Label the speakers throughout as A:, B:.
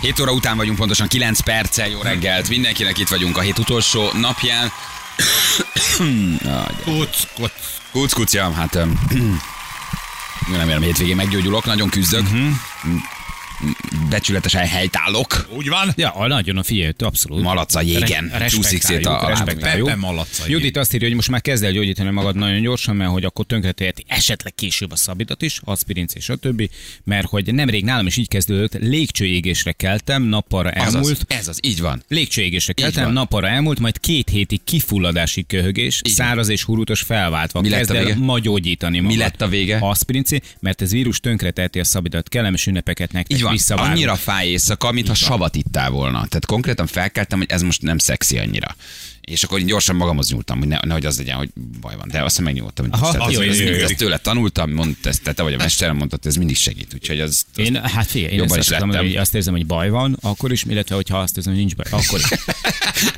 A: 7 óra után vagyunk, pontosan 9 perccel. Jó reggelt mindenkinek, itt vagyunk a hét utolsó napján.
B: Kuc, kuc.
A: Kuc, kucja, hát öm, jó, remélem hétvégén meggyógyulok, nagyon küzdök. Becsületesen helytállok.
B: Úgy van?
C: Ja, a nagyon a figyelj, abszolút.
A: Malac a jégen.
C: Re-
A: Csúszik szét a-
C: respektáljuk,
A: a lábunk.
C: respektáljuk.
B: Pepe malac a
C: Judit azt írja, hogy most már kezd el gyógyítani magad nagyon gyorsan, mert hogy akkor tönkreteheti esetleg később a szabidat is, aspirinc és a többi, mert hogy nemrég nálam is így kezdődött, légcsőégésre keltem, nappalra
A: Azaz,
C: elmúlt.
A: ez az, így van.
C: Légcsőégésre
A: van.
C: keltem, nappalra elmúlt, majd két hétig kifulladásig köhögés,
A: Így van.
C: száraz és hurutos felváltva.
A: Mi lett
C: Kezd
A: a
C: el
A: vége?
C: ma gyógyítani magad.
A: lett a vége?
C: Aspirinci, mert ez vírus tönkreteheti a szabidat, kellemes ünnepeket nektek
A: Így van,
C: visszavárunk.
A: annyira fáj éjszaka, mintha savat ittál volna. Tehát konkrétan felkeltem, hogy ez most nem szexi annyira. És akkor én gyorsan magamhoz nyúltam, hogy ne, nehogy az legyen, hogy baj van. De aztán megnyúltam, hogy
C: Aha,
A: Aha,
C: jó,
A: ez,
C: jó,
A: ez,
C: jó,
A: ez,
C: jó.
A: ezt tőle tanultam, mondta, ezt, te, te vagy a mesterem, mondta, ez mindig segít. Úgyhogy az, az
C: Én, hát figyelj, én
A: jobban
C: ezt
A: is
C: is tudom,
A: lettem.
C: hogy azt érzem, hogy baj van, akkor is, illetve hogyha azt érzem, hogy nincs baj, akkor is.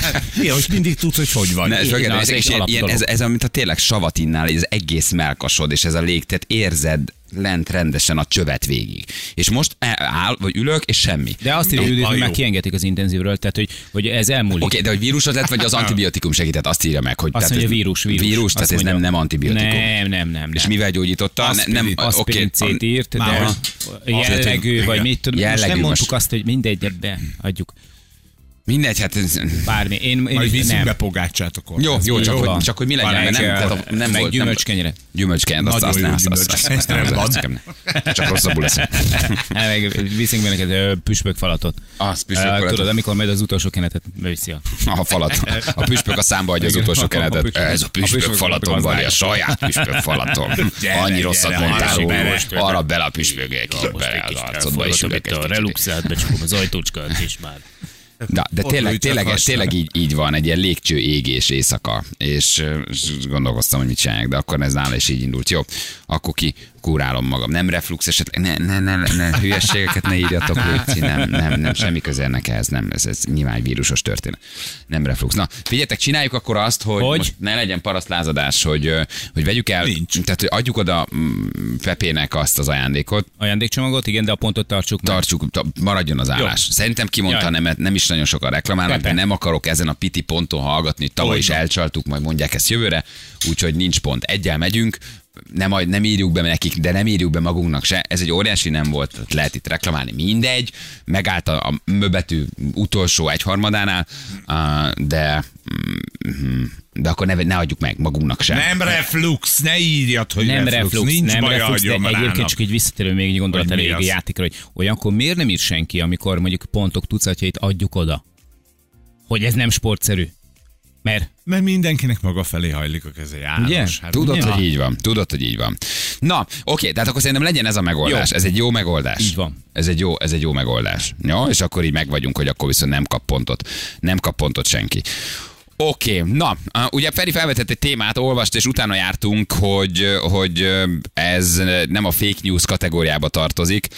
C: Hát,
B: Mi, hogy mindig tudsz, hogy hogy vagy.
A: Ne, ez,
C: Igen,
A: igen,
C: az
A: ez,
C: egy
A: és ilyen,
C: alapdolog.
A: ez, ez, amit a tényleg savat innál, ez egész melkasod, és ez a lég, tehát érzed lent rendesen a csövet végig. És most e- áll, vagy ülök, és semmi.
C: De azt írja,
B: Jó,
C: Judit, hogy
B: jó.
C: már kiengedték az intenzívről, tehát hogy, hogy ez elmúlik.
A: Oké, okay, de hogy vírus az lett, vagy az antibiotikum segített, azt írja meg, hogy...
C: Azt
A: tehát
C: mondja,
A: ez-
C: vírus, vírus.
A: Vírus,
C: Azt
A: tehát ez nem,
C: mondja.
A: nem antibiotikum.
C: Nem, nem, nem.
A: És
C: nem.
A: mivel gyógyította? Ne, nem,
C: aspirin
A: oké,
C: C-t írt,
A: Aha.
C: de jellegű,
B: Igen.
C: vagy mit tudom. Most
A: Jellegű
C: nem mondtuk
A: most.
C: azt, hogy mindegy, ebbe adjuk.
A: Mindegy, hát ez...
C: Bármi. Én, én
B: Majd viszünk be
C: nem.
B: pogácsát akkor.
A: Jó, jó, csak,
C: van.
A: hogy, csak hogy mi legyen, mert nem,
C: Parácsia,
A: tehát a- nem
C: meg
A: volt...
C: gyümölcskenyere.
A: Gyümölcskenyre, azt,
B: Nagyon
A: azt,
B: jó
A: nem, azt, azt, azt,
B: gyümölcskenyere.
A: azt, nem,
B: Van.
A: azt, nekem nem. Csak rosszabbul leszek.
C: Meg viszünk be neked ö, püspökfalatot.
A: Az
C: Ö,
A: püspökfalatot.
C: Tudod, amikor majd az utolsó kenetet beviszi a
A: A falat. A püspök a számba adja az
C: Igen,
A: utolsó
C: a
A: kenetet.
C: püspök.
A: Ez a püspök
C: A püspök
A: falatom van,
C: gazdája.
A: a saját püspök falatom.
B: Gyere,
A: Annyi
B: gyere,
A: rosszat
B: gyere,
A: mondtál,
B: gyere,
A: hogy
B: most
A: arra bele a püspökkel, kicsit bele az arcodba is ülök egy kicsit.
C: reluxát, becsukom az ajtócskát is már.
A: Na, de
B: Ott
A: tényleg,
B: ülj, csak
A: tényleg,
B: használ.
A: tényleg így, így van, egy ilyen légcső égés éjszaka, és, ö, és gondolkoztam, hogy mit csináljak, de akkor ez nála is így indult. Jó, akkor ki kúrálom magam. Nem reflux esetleg, ne, ne, ne, ne hülyeségeket ne írjatok, légy, nem, nem, nem, semmi köze ennek ehhez, nem, ez, ez nyilván egy vírusos történet. Nem reflux. Na, figyeljetek, csináljuk akkor azt, hogy,
C: Hogy?
A: most ne legyen parasztlázadás, hogy, ö, hogy vegyük el,
B: Nincs.
A: tehát hogy adjuk oda mm, Pepének azt az ajándékot,
C: Ajándékcsomagot, igen, de a pontot tartsuk meg.
A: tartsuk, ta- maradjon az állás. Jó. Szerintem kimondta
C: Jaj.
A: Jaj. nemet, nem is nagyon sokan reklamálnak, de
C: Pepe.
A: nem akarok ezen a piti ponton hallgatni, tavaly is
B: Hogyne.
A: elcsaltuk, majd mondják ezt jövőre, úgyhogy nincs pont. Egyel megyünk, nem, aj- nem írjuk be nekik, de nem írjuk be magunknak se. Ez egy óriási nem volt, tehát lehet itt reklamálni, mindegy. Megállt a, a möbetű utolsó egyharmadánál, á, de mm, de akkor ne, ne adjuk meg magunknak sem.
B: Nem reflux, ne írjad, hogy
C: nem
B: reflux.
C: reflux,
B: Nincs
C: nem
B: baj,
C: reflux, de
B: adjon már
C: egyébként
B: állnak.
C: csak egy visszatérő még egy gondolat
B: Hogy mi
C: elég a
B: az?
C: játékra, hogy olyankor miért nem ír senki, amikor mondjuk pontok tucatjait adjuk oda? Hogy ez nem sportszerű. Mert
B: Mert mindenkinek maga felé hajlik a keze
C: Ugye?
B: János. Hát
A: Tudod,
C: Ja.
A: hogy így van. Tudod, hogy így van. Na, oké, tehát akkor szerintem legyen ez a megoldás. Jó. Ez egy jó megoldás.
C: Így van.
A: Ez egy jó, ez egy jó megoldás. Ja, és akkor így meg vagyunk, hogy akkor viszont nem kap pontot. Nem kap pontot senki. Oké, na, á, ugye Feri felvetett egy témát, olvast, és utána jártunk, hogy, hogy ö, ez nem a fake news kategóriába tartozik.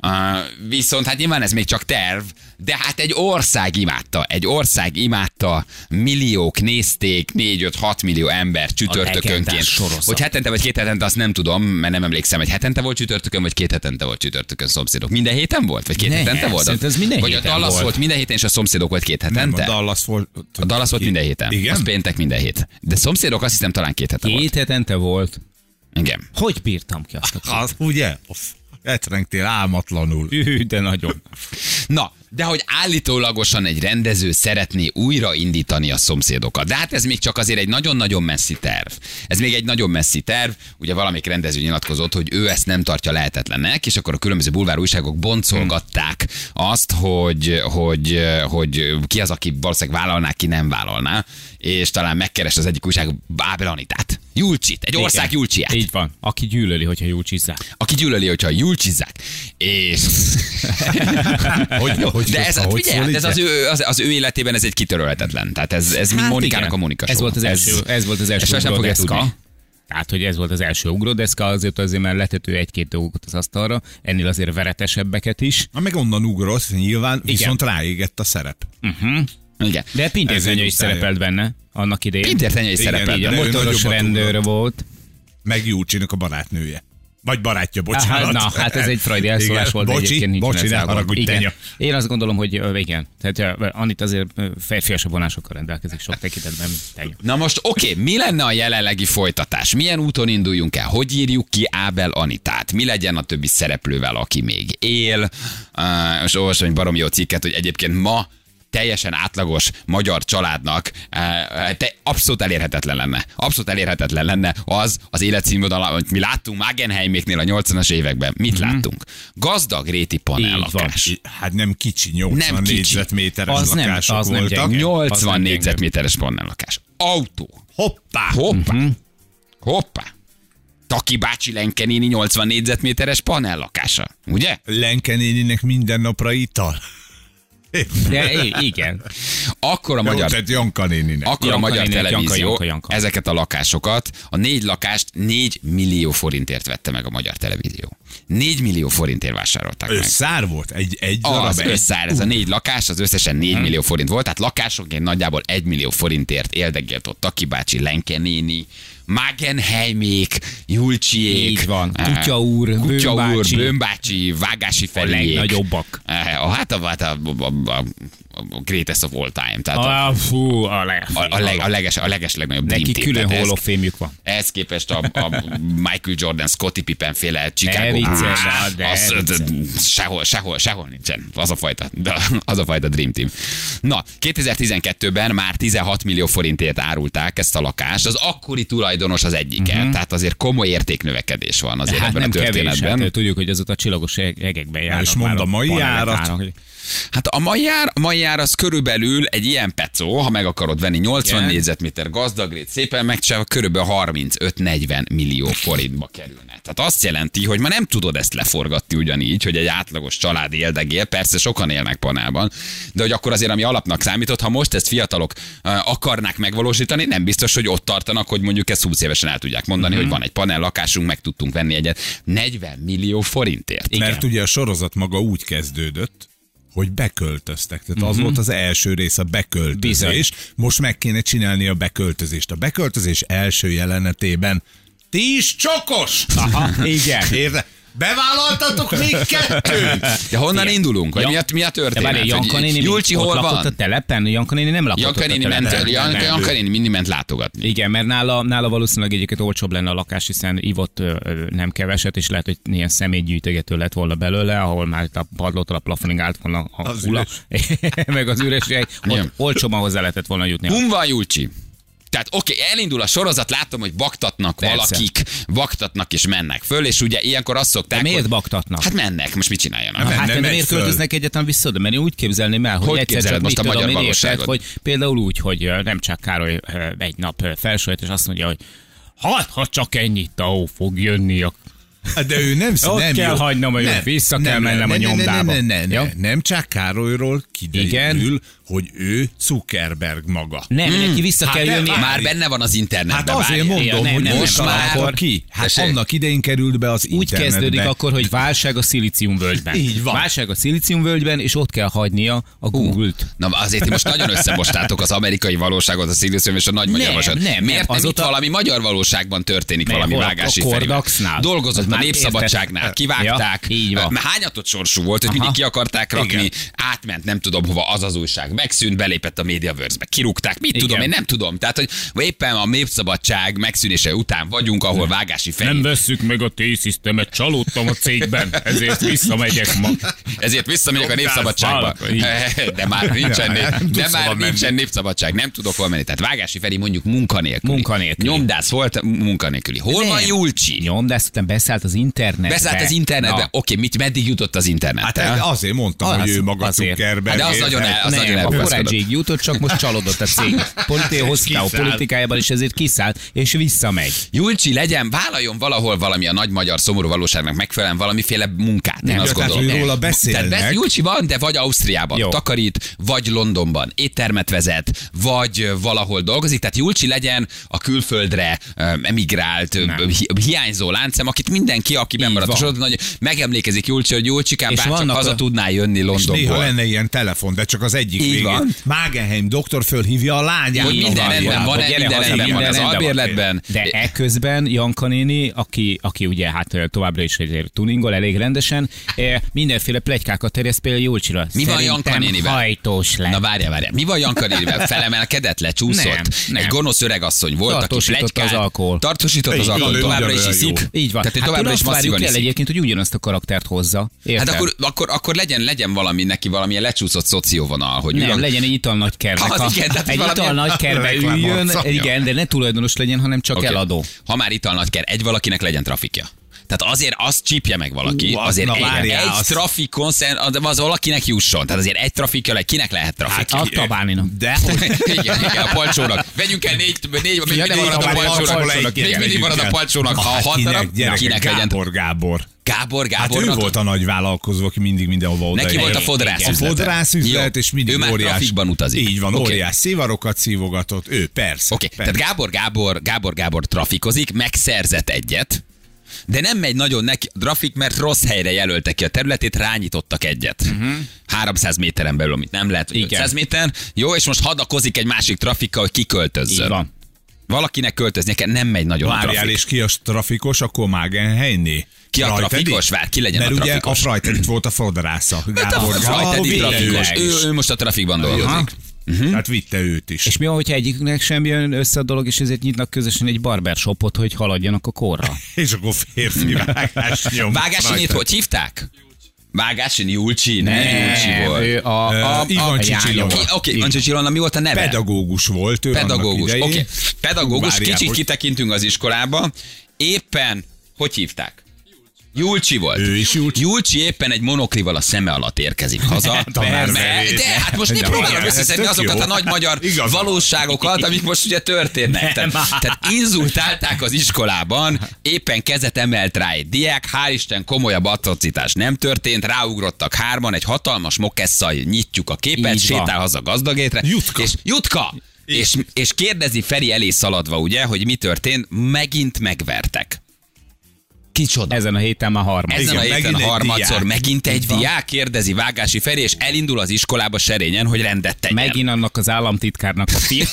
A: Á, Viszont hát nyilván ez még csak terv, de hát egy ország imádta, egy ország imádta, milliók nézték, 4-5-6 millió ember csütörtökönként.
C: legendás sorozat.
A: Hogy hetente vagy két hetente, azt nem tudom, mert nem emlékszem, hogy hetente volt csütörtökön, vagy két hetente volt csütörtökön szomszédok. Minden héten volt? Vagy két
C: Nem,
A: hetente volt?
C: szerintem ez minden
A: vagy
C: héten
A: a Dallas
C: volt.
A: volt. minden héten, és a szomszédok volt két
B: Nem, a
A: hetente?
B: Dallas volt.
A: A Dallas volt minden héten.
B: Igen?
A: Az péntek minden hét. De szomszédok azt hiszem talán két hete volt.
C: két hetente volt.
A: Igen.
C: Hogy bírtam ki azt a
B: Az, Hát, ugye? Off. Etrengtél álmatlanul.
C: Hű, de nagyon.
A: Na, de hogy állítólagosan egy rendező szeretné újraindítani a szomszédokat. De hát ez még csak azért egy nagyon-nagyon messzi terv. Ez még egy nagyon messzi terv. Ugye valamelyik rendező nyilatkozott, hogy ő ezt nem tartja lehetetlennek, és akkor a különböző bulvár újságok boncolgatták azt, hogy, hogy, hogy ki az, aki valószínűleg vállalná, ki nem vállalná, és talán megkeres az egyik újság Ábel Anitát. Julcsit, egy ország Julcsiát
C: Így van. Aki gyűlöli, hogyha jó csízzák.
A: aki gyűlöli, hogyha jól csizzák. És...
B: Hogy- hogy-
A: de ez,
B: hogy
A: figyelj, hát ez az,
B: szólítják?
A: ő, az, az ő életében ez egy kitörölhetetlen. Tehát ez, ez mint Monikának a Monika
C: Hát Ez
A: show.
C: volt az első, ez, volt az
A: ezt
C: első
A: sosem fogja
C: ugródeszka.
A: tudni.
C: Tehát, Hát, hogy ez volt az első ugródeszka, azért azért már letető egy-két dolgot az asztalra, ennél azért veretesebbeket is.
B: Na meg onnan ugrott, nyilván viszont ráégett a szerep.
A: Igen.
C: De hát Pintér
B: Ez egy
C: Fenyő is
B: utája.
C: szerepelt benne annak idején.
A: Pintér Fenyő is
B: Igen,
A: szerepel.
C: Így,
B: de
C: a
B: ő
C: motoros
B: nagyobbat
C: rendőr
B: ugrott.
C: volt.
B: Meg Júcsinak a barátnője. Vagy barátja,
C: Hát,
B: bocsánat.
C: na, hát ez egy freudi elszólás
B: Igen,
C: volt, de
B: bocsi,
C: egyébként nincs
B: bocsi, ne haragudj, tenya.
C: Én azt gondolom, hogy ö, igen. Tehát ö, Anit azért ö, férfiasabb vonásokkal rendelkezik sok tekintetben, mint tenya.
A: Na most oké, okay, mi lenne a jelenlegi folytatás? Milyen úton induljunk el? Hogy írjuk ki Ábel Anitát? Mi legyen a többi szereplővel, aki még él? Uh, most olvasom egy barom jó cikket, hogy egyébként ma teljesen átlagos magyar családnak uh, te abszolút elérhetetlen lenne. Abszolút elérhetetlen lenne az az életszínvonal, amit mi láttunk Magenheiméknél a 80-as években. Mit mm-hmm. láttunk? Gazdag réti panel
C: Mhm. Így van.
A: lakás.
B: Hát nem kicsi, 80
A: Nem
B: nem
A: kicsi.
B: kicsi. négyzetméteres
C: Az nem-
B: lakások
C: az nem
B: voltak.
C: gyenge. Az nem
A: 80
C: gyenge.
A: négyzetméteres panel lakás. Autó.
B: Hoppá!
A: Hoppá!
C: Mhm.
A: Uh-huh. Hoppá! Taki bácsi Lenke néni 80 négyzetméteres panel lakása, ugye?
B: Lenke néninek minden napra ital.
C: De i- igen.
A: Akkor a
B: Jó,
A: magyar,
B: tehát Janka néninek.
A: akkor a
C: Janka
A: magyar
C: néni, Janka,
A: televízió
C: Janka, Janka.
A: ezeket a lakásokat, a négy lakást 4 millió forintért vette meg a magyar televízió. 4 millió forintért vásárolták meg.
B: Összár volt? Egy, egy
A: Az
B: darab? egy-
A: összeáll, ez a négy lakás, az összesen 4
C: Mhm.
A: millió forint volt, tehát lakásonként nagyjából 1 millió forintért éldegélt ott Taki bácsi, Lenke néni, Magenheimék, Julcsiék,
C: Így van.
A: eh,
C: Kutya úr,
A: Kutya
C: Bőm
A: úr,
C: bácsi.
A: Bőm bácsi, Vágási Feriék.
C: legnagyobbak.
A: Eh, A hát a, hát a, a, a, a, a greatest of all time, tehát a,
C: A, fú, a, le,
A: a, a, leg, a, leges, a leges legnagyobb
C: Neki
A: dream team,
C: külön
A: tehát ez-
C: holofémjük van.
A: ehhez képest a, a Michael Jordan, Scottie Pippen féle
C: Ne
A: Chicago.
C: viccelj,
A: Á,
C: ne
A: az-
C: viccelj.
A: d- sehol, sehol, sehol nincsen. Az a fajta, de az a fajta Dream Team. Na, 2012-ben már 16 millió forintért árulták ezt a lakást. Az akkori tulajdonos az egyike. Uh-huh. Tehát azért komoly értéknövekedés van azért
C: Mhm. Hát
A: ebben
C: nem
A: a
C: kevés,
A: történetben.
C: hát, tudjuk, hogy azóta a csillagos eg- egekben járnak.
B: és mondd
C: már
B: a mai
C: panelek
B: árat.
C: állnak, hogy-
A: Hát a majár, a majár az körülbelül egy ilyen pecó, ha meg akarod venni 80
C: Igen.
A: négyzetméter gazdagrét, szépen megcsinálva, körülbelül 35-40 millió forintba kerülne. Tehát azt jelenti, hogy ma nem tudod ezt leforgatni ugyanígy, hogy egy átlagos család éldegél, persze sokan élnek panában, de hogy akkor azért, ami alapnak számított, ha most ezt fiatalok ö, akarnák megvalósítani, nem biztos, hogy ott tartanak, hogy mondjuk ezt 20 évesen el tudják mondani, hogy van egy panel lakásunk, meg tudtunk venni egyet 40 millió forintért.
B: Mert ugye a sorozat maga úgy kezdődött, hogy beköltöztek. Tehát az volt az első rész, a beköltözés. Most meg kéne csinálni a beköltözést. A beköltözés első jelenetében ti is csokos! Aha,
C: igen.
B: Érde? Bevállaltatok még kettőt!
A: De honnan
C: Igen.
A: indulunk? Vagy
C: Ja.
A: mi a, mi a
C: De várj,
A: történet?
C: Janka
A: Hát Hogy
C: néni
A: Julcsi
C: ott
A: hol
C: lakott a
A: van?
C: telepen? Janka néni nem lakott
A: Janka
C: ott a
A: néni
C: telepen.
A: ment,
C: Nem,
A: Janka,
C: nem.
A: Janka néni mindig ment látogatni.
C: Igen, mert nála, nála valószínűleg egyébként olcsóbb lenne a lakás, hiszen ivott ö, ö, nem keveset, és lehet, hogy ilyen személygyűjtegető lett volna belőle, ahol már a padlótól a plafonig állt volna a
B: Az
C: kula, meg az üres hely, ott
A: Igen.
C: olcsóban hozzá lehetett volna jutni.
A: Hun van Julcsi? Tehát oké, okay, elindul a sorozat, látom, hogy baktatnak
C: Persze.
A: Persze. valakik, baktatnak és mennek föl, és ugye ilyenkor azt szokták,
C: De miért
A: hogy-
C: baktatnak?
A: Hát mennek, most mit csináljanak?
C: Hát,
B: nem
C: hát nem
B: megy
C: miért
B: föl.
C: költöznek egyáltalán vissza, de mert én úgy képzelném el, hogy,
A: Hogy
C: egyszer
A: képzeled
C: csak
A: most
C: mit
A: a
C: tudom
A: magyar
C: én érted,
A: valóságot?
C: hogy például úgy, hogy ö, nem csak Károly ö, egy nap ö, felsőjött, és azt mondja, hogy Hát, ha csak ennyit, ó, fog jönni a
B: Hát De ő nem
C: Ott
B: nem
C: kell
B: jó.
C: hagynom, hogy
B: Nem,
C: vissza
B: nem,
C: kell
B: nem,
C: mennem a
B: nem, nem,
C: nyomdába.
B: Nem, nem,
C: Jó?
B: nem, nem csak Károlyról kiderül,
C: Igen.
B: hogy ő Zuckerberg maga.
C: Nem, mm, neki vissza
B: hát
C: kell
B: de
C: jönni.
B: várj.
A: Már benne van az
B: Hát
A: internetben.
B: azért
A: várjál.
B: mondom,
C: nem,
B: hogy
C: nem,
B: most
C: nem,
B: már
C: akkor-
B: ki. Hát
A: Tessék.
B: annak idején került be az
C: Úgy kezdődik akkor, hogy válság a szilíciumvölgyben.
B: Így van.
C: Válság a szilíciumvölgyben, és ott kell hagynia a Google-t.
A: Na azért ti most nagyon összemostátok az amerikai valóságot, a Szilviszőm és a nagy magyar
C: Nem,
A: valóságot.
C: nem, nem.
A: Miért nem?
C: Azóta-
A: Azóta... valami magyar valóságban történik
C: Nem,
A: valami
C: hol a-
A: vágási
C: a
A: Ferivel?
C: Kordaxnál. Az
A: Dolgozott a
C: már
A: népszabadságnál,
C: érted?
A: kivágták.
C: Ja, így van.
A: Mert Hányatott sorsú volt, hogy
C: Aha.
A: mindig ki akarták rakni, átment, nem tudom hova, az az újság megszűnt, belépett a MediaWorks-be, kirúgták, mit
C: Igen.
A: tudom, én nem tudom. Tehát, hogy éppen a népszabadság megszűnése után vagyunk, ahol vágási Feri
C: vesszük meg a T-Systemet, csalódtam a cégben, ezért visszamegyek ma.
A: Ezért visszamegyek a
B: Jobbász,
A: népszabadságba.
C: vállalka, így.
A: De már nincsen,
B: Nem,
A: nép, de
B: nem tudsz
A: már
B: hova menni.
A: nincsen népszabadság. Nem tudok hol menni. Tehát Vágási Feri mondjuk munkanélküli.
C: Munkanélküli.
A: Nyomdász volt munkanélküli. Hol
C: Nem.
A: van Julcsi?
C: Nyom, de aztán beszállt az internetbe.
A: Beszállt az internetbe.
C: Na.
A: Oké, mit meddig jutott az internet?
B: Hát azért mondtam,
C: Az-
B: hogy ő maga
C: azért.
B: Zuckerberg.
A: De az
B: érted?
A: nagyon el- az nagyon
C: nem, a
A: elbaszkodott.
C: korádzsig jutott, csak most csalódott a cég. Politikai Hosszkau
B: Kiszállt.
C: politikájában, és ezért kiszállt, és visszamegy.
A: Julcsi legyen, vállaljon valahol valami a nagy magyar szomorú valóságnak megfelelően valamiféle munkát. Én
C: Nem,
A: azt
B: tehát,
A: gondolom.
B: hogy róla
A: Tehát
B: beszélnek.
A: besz, Julcsi van, de vagy Ausztriában
C: Jó.
A: Jó. takarít, vagy Londonban éttermet vezet, vagy ö, valahol dolgozik. Tehát Julcsi legyen a külföldre ö, emigrált, ö, hi- hiányzó láncem, akit mind, mindenki, aki bemaradosodott, nagy, megemlékezik Julcsör Gyulcsikán,
C: És
A: bár csak
C: vannak
A: haza
C: a-
A: tudná jönni
B: Néha
A: Londonból.
B: lenne ilyen telefon, de csak az egyik
A: Így
B: végén.
A: van.
B: Mágenheim doktor fölhívja a lányát.
A: Hogy minden
B: tovább.
A: rendben van,
C: Gyere
A: minden
C: haza,
A: rendben van
C: minden
A: az
C: rendben van.
A: albérletben.
C: De ekközben Janka néni, aki, aki ugye hát továbbra is azért tuningol elég rendesen, eh, mindenféle plegykákat terjeszt például Júlcsira.
A: Mi van Janka nénivel?
C: hajtós lett.
A: Na várjál, várjál. Mi van Janka nénivel? Felemelkedett, lecsúszott?
C: Nem, nem.
A: Egy gonosz öregasszony volt, aki
C: Tartósította
A: plegykált,
C: az alkohol.
A: Tartósított az
B: Igen,
A: alkohol,
B: ő
A: továbbra is
B: ugyanolyan
A: iszik.
C: Így van.
A: Tehát ő
C: hát
A: továbbra
C: tőle
A: is
C: azt várjuk
A: masszívan
C: el
A: iszik.
C: egyébként, hogy ugyanazt a karaktert hozza. Érted?
A: Hát akkor, akkor, akkor legyen, legyen valami neki, valamilyen lecsúszott szocióvonal, hogy
C: Nem,
A: uram,
C: legyen egy ital nagy kermek.
A: Az igen, tehát
C: egy
A: valamilyen-
C: ital nagy kerbe
B: Reklámot
C: üljön,
B: szabja.
C: igen, de ne tulajdonos legyen, hanem csak
A: Oké.
C: eladó.
A: Ha már italnak kell, egy valakinek legyen trafikja. Tehát azért azt csípje meg valaki,
B: Ú, az-
A: azért
B: na
A: egy,
B: várjál,
A: egy
B: az- Hát
C: A Tabáninak.
B: De hogy
A: igen, igen, a palcsónak. Vegyünk el négy, négy még mindig
B: de
A: marad a
B: valami
A: palcsónak.
B: palcsónak
A: Még mindig
B: egyet vegyünk
A: marad a
B: el.
A: palcsónak. A
B: Hát
A: hat darab,
B: kinek, gyerekek,
A: kinek legyen.
B: Gábor, Gábor.
A: Gábor,
B: Hát ő
A: Gábornak.
B: volt a nagy vállalkozó, aki mindig mindenhova oda
A: Neki volt a fodrász
B: A
A: üzlete.
B: fodrász üzlet,
A: Jó.
B: és mindig
A: Ő már
B: óriás.
A: trafikban utazik.
B: Így van,
A: Oké.
B: óriás szivarokat szívogatott. Ő, persze.
A: Oké,
B: persze.
A: tehát Gábor Gábor, Gábor Gábor trafikozik, megszerzett egyet, de nem megy nagyon neki a trafik, mert rossz helyre jelölte ki a területét, rányítottak egyet.
B: Mhm.
A: Uh-huh. 300 méteren belül, amit nem lehet, vagy
C: Igen.
A: 500 méter. Jó, és most hadakozik egy másik trafikkal, hogy kiköltözzön.
C: Így van.
A: Valakinek költöznie kell, nem megy nagyon a
B: Várjál,
A: trafik.
B: és ki a trafikos, akkor Magenheimné.
A: Ki a
B: Freitedi?
A: trafikos? Vár, ki legyen
B: Mert
A: a
B: ugye a
A: trafikos?
B: Freitedit volt a fodrásza.
A: Hát a
B: Gábor Gábor
A: Freitedi
B: vitte
A: trafikos.
B: őt
A: Ő,
B: is.
A: ő most a trafikban
B: Aha.
A: dolgozik.
B: Tehát vitte őt is.
C: És mi van, hogyha egyiknek sem jön össze a dolog, és ezért nyitnak közösen egy barbershopot, hogy haladjanak a korra?
B: És akkor férfi vágás nyom.
A: Vágási nyit, hogy hívták? Vágási Julcsi? Nem, Julcsi volt.
C: Ő a, a, a,
B: Ivan
C: a
B: Csicsilova.
C: jányom.
A: Ki- Oké, Ancsi Csillonna, mi volt a neve?
B: Pedagógus volt ő
A: Pedagógus,
B: annak
A: oké.
B: idején.
A: Okay. Pedagógus,
B: Várjál,
A: kicsit
B: hogy-
A: kitekintünk az iskolába. Éppen, hogy hívták? Julcsi volt.
B: Ő is Julcsi. Hát,
A: Julcsi éppen egy monoklival a szeme alatt érkezik haza.
B: Tanár
A: mert,
B: nevét.
A: de hát most nem
B: De
A: próbálom
B: várjál, ez
A: összeszedni
B: tök
A: azokat
B: jó.
A: a nagy magyar
B: Igazad van. hát.
A: valóságokat, amik most ugye történnek. Tehát, tehát inzultálták az iskolában, éppen kezet emelt rá egy diák, hál' Isten komolyabb atrocitás nem történt, ráugrottak hárman, egy hatalmas mokesszal nyitjuk a képet,
C: Így van.
A: sétál haza gazdagétre.
B: Jutka.
A: És Jutka! És, és kérdezi Feri elé szaladva, ugye, hogy mi történt, megint megvertek. Kicsoda.
C: Ezen a héten már harmadik.
A: Ezen a
B: Igen,
A: héten
B: megint egy
A: harmadszor
B: diák.
A: megint egy diák kérdezi Vágási Feri, és elindul az iskolába serényen, hogy rendet tegyen.
C: Megint annak az államtitkárnak a fi.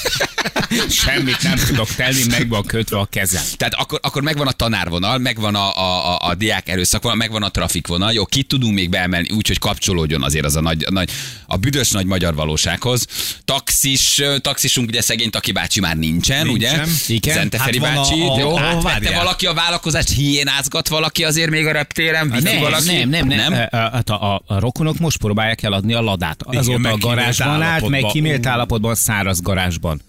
C: Semmit nem tudok tenni, meg van kötve a kezem.
A: Tehát akkor, akkor megvan a tanárvonal, megvan a, a, a, a diák erőszakvonal, megvan a trafikvonal, jó, ki tudunk még beemelni úgy, hogy kapcsolódjon azért az a nagy, nagy a büdös nagy magyar valósághoz. Taxis, ö, taxisunk ugye szegény Taki bácsi már nincsen,
B: Nincsen.
A: ugye?
C: Igen.
A: Zente
B: Hát
A: Feri
B: van a-
A: bácsi,
B: a-
A: de
B: a-
A: jó,
B: a-
A: átvette
B: várjál.
A: valaki a vállalkozást, hiénázgat valaki azért még a reptéren, vitt
C: Nem,
A: Hát valaki?
C: nem, nem, nem, nem. Hát a, a, a rokonok most próbálják eladni a ladát. Azóta a
B: megkímélt
C: garázsban állt, meg
B: állapotban.
C: kimélt
B: Ú.
C: állapotban, száraz garázsban.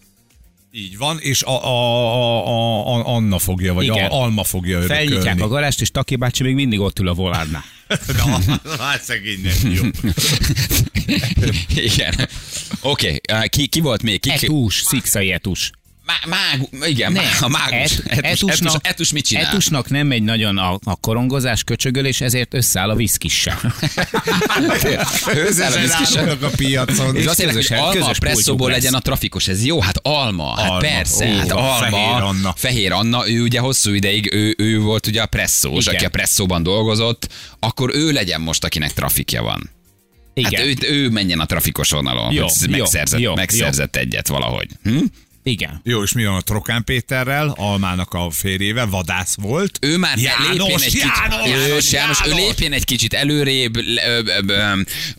B: Így van, és a, a, a, a, a Anna fogja, vagy
C: Igen.
B: a, Alma fogja örökölni.
C: Felnyitják a garást, és Taki bácsi még mindig ott ül a volánnál.
B: Na, hát szegénynek jó.
A: Igen. Oké, okay. ki, ki volt még? Ki, ki?
C: Etus, szikszai etus.
A: Má, mág, igen, má, a mágus.
C: Et-
A: etus, etus, etus, mit csinál?
C: Etusnak nem megy nagyon a, a korongozás, köcsögölés, ezért összeáll a viszkissel.
A: Hát Őzzel a viszkisen.
B: Elárulnak a piacon.
A: És azt jelenti, hogy
C: közösen-
A: alma a
C: közös
A: presszóból
C: pultjuk lesz.
A: legyen a trafikos, ez jó, hát alma, hát
B: Alma.
A: persze,
B: Ó,
A: hát
B: a
A: alma,
B: Fehér Anna.
A: Fehér Anna, ő ugye hosszú ideig, ő, ő volt ugye a presszós,
C: Igen.
A: aki a presszóban dolgozott, akkor ő legyen most, akinek trafikja van.
C: Igen,
A: Hát őt, ő menjen a trafikos vonalon,
C: Jó,
A: jó,
C: jó,
A: megszerzett,
C: jó,
A: megszerzett egyet valahogy. Hm?
C: igen.
B: Jó, és mi van a Trokán Péterrel, Almának a férjével, vadász volt.
A: Ő már
B: János,
A: lépjen egy kicsit,
B: János,
A: János, János, ő
B: János.
A: lépjen egy kicsit előrébb, le- ö, ö,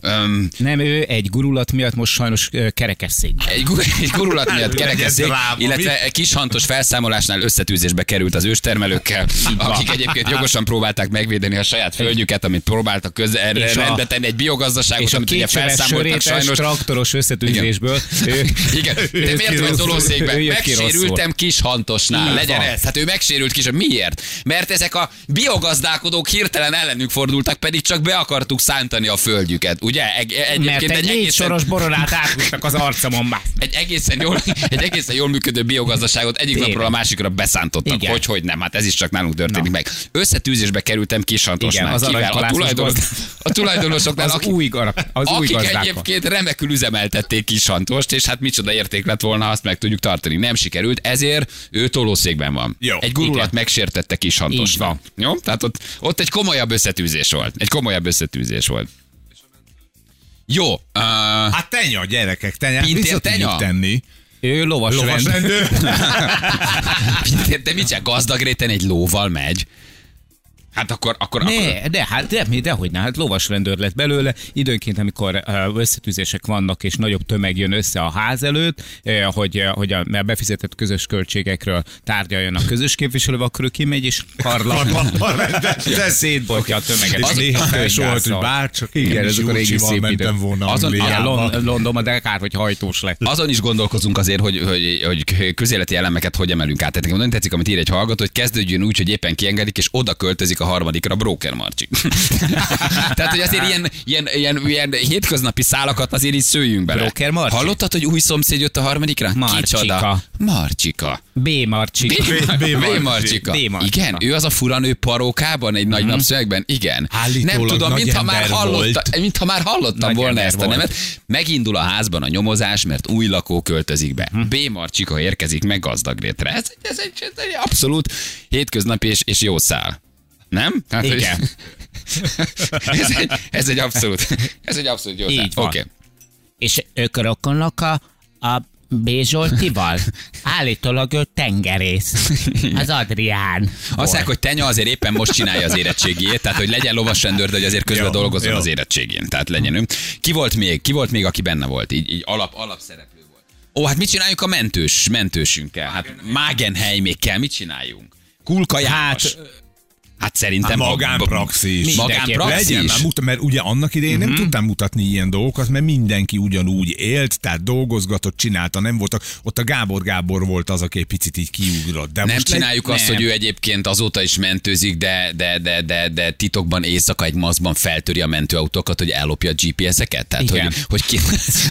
A: ö, ö,
C: Nem, ő egy gurulat miatt most sajnos ö, kerekesszék.
A: Egy, gur- egy gurulat miatt kerekezzék,
B: Legyen dráma,
A: illetve egy kis hantos felszámolásnál összetűzésbe került az őstermelőkkel, akik egyébként jogosan próbálták megvédeni a saját földjüket, amit próbáltak köz-
C: És a-
A: rendbe tenni egy biogazdaságot,
C: És a
A: amit ugye
C: két
A: felszámoltak
C: sörétes
A: sajnos.
C: traktoros összetűzésből ő,
A: Igen,
C: ő
A: de
C: jött ki
A: miért volt
C: rosszul. Ő
A: tolószékben?
C: jött ki
A: Megsérültem kis hantosnál.
C: Így
A: Legyen
C: van.
A: ez. Hát ő megsérült kis, miért? Mert ezek a biogazdálkodók hirtelen ellenük fordultak, pedig csak be akartuk szántani a földjüket. Ugye? Egy,
C: rosszul. Mert
A: egyébként
C: egy,
A: egy
C: négy
A: egészen
C: soros boronát átúztak az arcomon már.
A: egy egészen jól, egy egészen jól működő biogazdaságot egyik
C: Tényleg.
A: napról a másikra beszántottak.
C: Igen.
A: Hogy, hogy nem, hát ez is csak nálunk történik
C: Na.
A: meg. Összetűzésbe kerültem
C: Igen,
A: kisantosnál.
C: az
A: Kivel? A,
C: aranykalászos
A: tulajdonos,
C: gazd-
A: a tulajdonosoknál,
C: Az
A: akik,
C: új, gar- az új
A: akik
C: gazdákkal.
A: egyébként remekül üzemeltették kisantost, és hát micsoda érték lett volna, azt meg tudjuk tartani nem sikerült, ezért ő tolószékben van.
B: Jó,
A: egy gurulat
C: igen.
A: megsértette kis hantos.
C: Így van.
A: Jó? Tehát ott, ott egy komolyabb összetűzés volt. Egy komolyabb összetűzés volt. Jó, uh,
B: Hát tenya, gyerekek, tenyát
A: Pintér
B: vissza tudjuk
A: tenya?
B: tenni.
C: Ő lovas,
B: Lovas
C: rend.
B: rendőr.
A: Pintér, te mit csinál? Gazdag réten egy lóval megy? Hát akkor, akkor, akkor
C: Ne, de hát de, mi, dehogy ne, hát lovas rendőr lett belőle. Időnként, amikor ö, összetűzések vannak, és nagyobb tömeg jön össze a ház előtt, ö, hogy, ö, hogy a mert befizetett közös költségekről tárgyaljon a közös képviselő, akkor ő kimegy, és karlatban
B: Karlatban rendőr.
C: szétbontja a tömeget.
B: És néha felsolt, hogy bárcsak
C: Igen, ez akkor régi szép idő.
B: mentem volna
A: Azon-
C: Igen,
B: Angliába.
C: Lon- Londonban, de kár, hogy hajtós lett.
A: azon is gondolkozunk azért, hogy, hogy, hogy közéleti elemeket hogy emelünk át. Tehát nekem nagyon tetszik, amit ír egy hallgató, hogy kezdődjön úgy, hogy éppen kiengedik, és oda költözik a harmadikra Broker Marci. Tehát, hogy azért ilyen, ilyen, ilyen, ilyen hétköznapi szálakat azért így szőjünk bele.
C: Broker Marci?
A: Hallottad, hogy új szomszéd jött a harmadikra?
C: Marcsika.
A: Kicsoda? Marcsika.
C: B. Marcsi.
B: B- B-
A: Marcsika.
C: B- Marcsika.
A: Igen, ő az a furanő parókában, egy nagy napszövegben? Igen.
B: Mhm. Állítólag
A: nem tudom,
B: nagy
A: mintha már,
B: ember
A: hallotta,
B: volt.
A: mintha már hallottam
C: Nagy
A: volna
C: ember
A: ezt a
C: volt.
A: nemet. Megindul a házban a nyomozás, mert új lakó költözik be.
C: Mhm.
A: B. Marcsika érkezik meg gazdagrétre. Ez, egy- ez, egy, ez egy abszolút hétköznapi és, és jó szál. Nem? Hát, hogy-
C: Igen.
A: ez, egy, ez egy abszolút, ez egy abszolút jó szál.
C: Így van.
A: Oké.
C: és ők rokonok a, a B. Zsoltival. Állítólag ő tengerész. Az Adrián.
A: Azt mondják, hogy Tenya azért éppen most csinálja az érettségiét, tehát hogy legyen lovasrendőr, de hogy azért közben
B: Jó,
A: dolgozzon
B: jó.
A: az érettségén. Tehát legyen ő. Ki volt még? Ki volt még, aki benne volt? Így, így alap, alapszereplő volt. Ó, hát mit csináljuk a mentős, mentősünkkel? Hát Mágenheimékkel mit csináljunk? Kulka János. Hát, hát szerintem...
B: Hát
A: a-
B: magánpraxis.
A: Magánpraxis. Mhm.
B: Legyen már muta, mert ugye annak idején nem tudtam mutatni ilyen dolgokat, mert mindenki ugyanúgy élt, tehát dolgozgatott, csinálta, nem voltak. Ott a Gábor Gábor volt az, aki egy picit így kiugrott. De
A: Nem
B: most
A: csináljuk
B: legy-
A: azt,
B: Nem.
A: hogy ő egyébként azóta is mentőzik, de, de, de, de, de titokban éjszaka egy mazban feltöri a mentőautókat, hogy ellopja a GPS-eket? Tehát,
C: Igen.
A: hogy, hogy ki...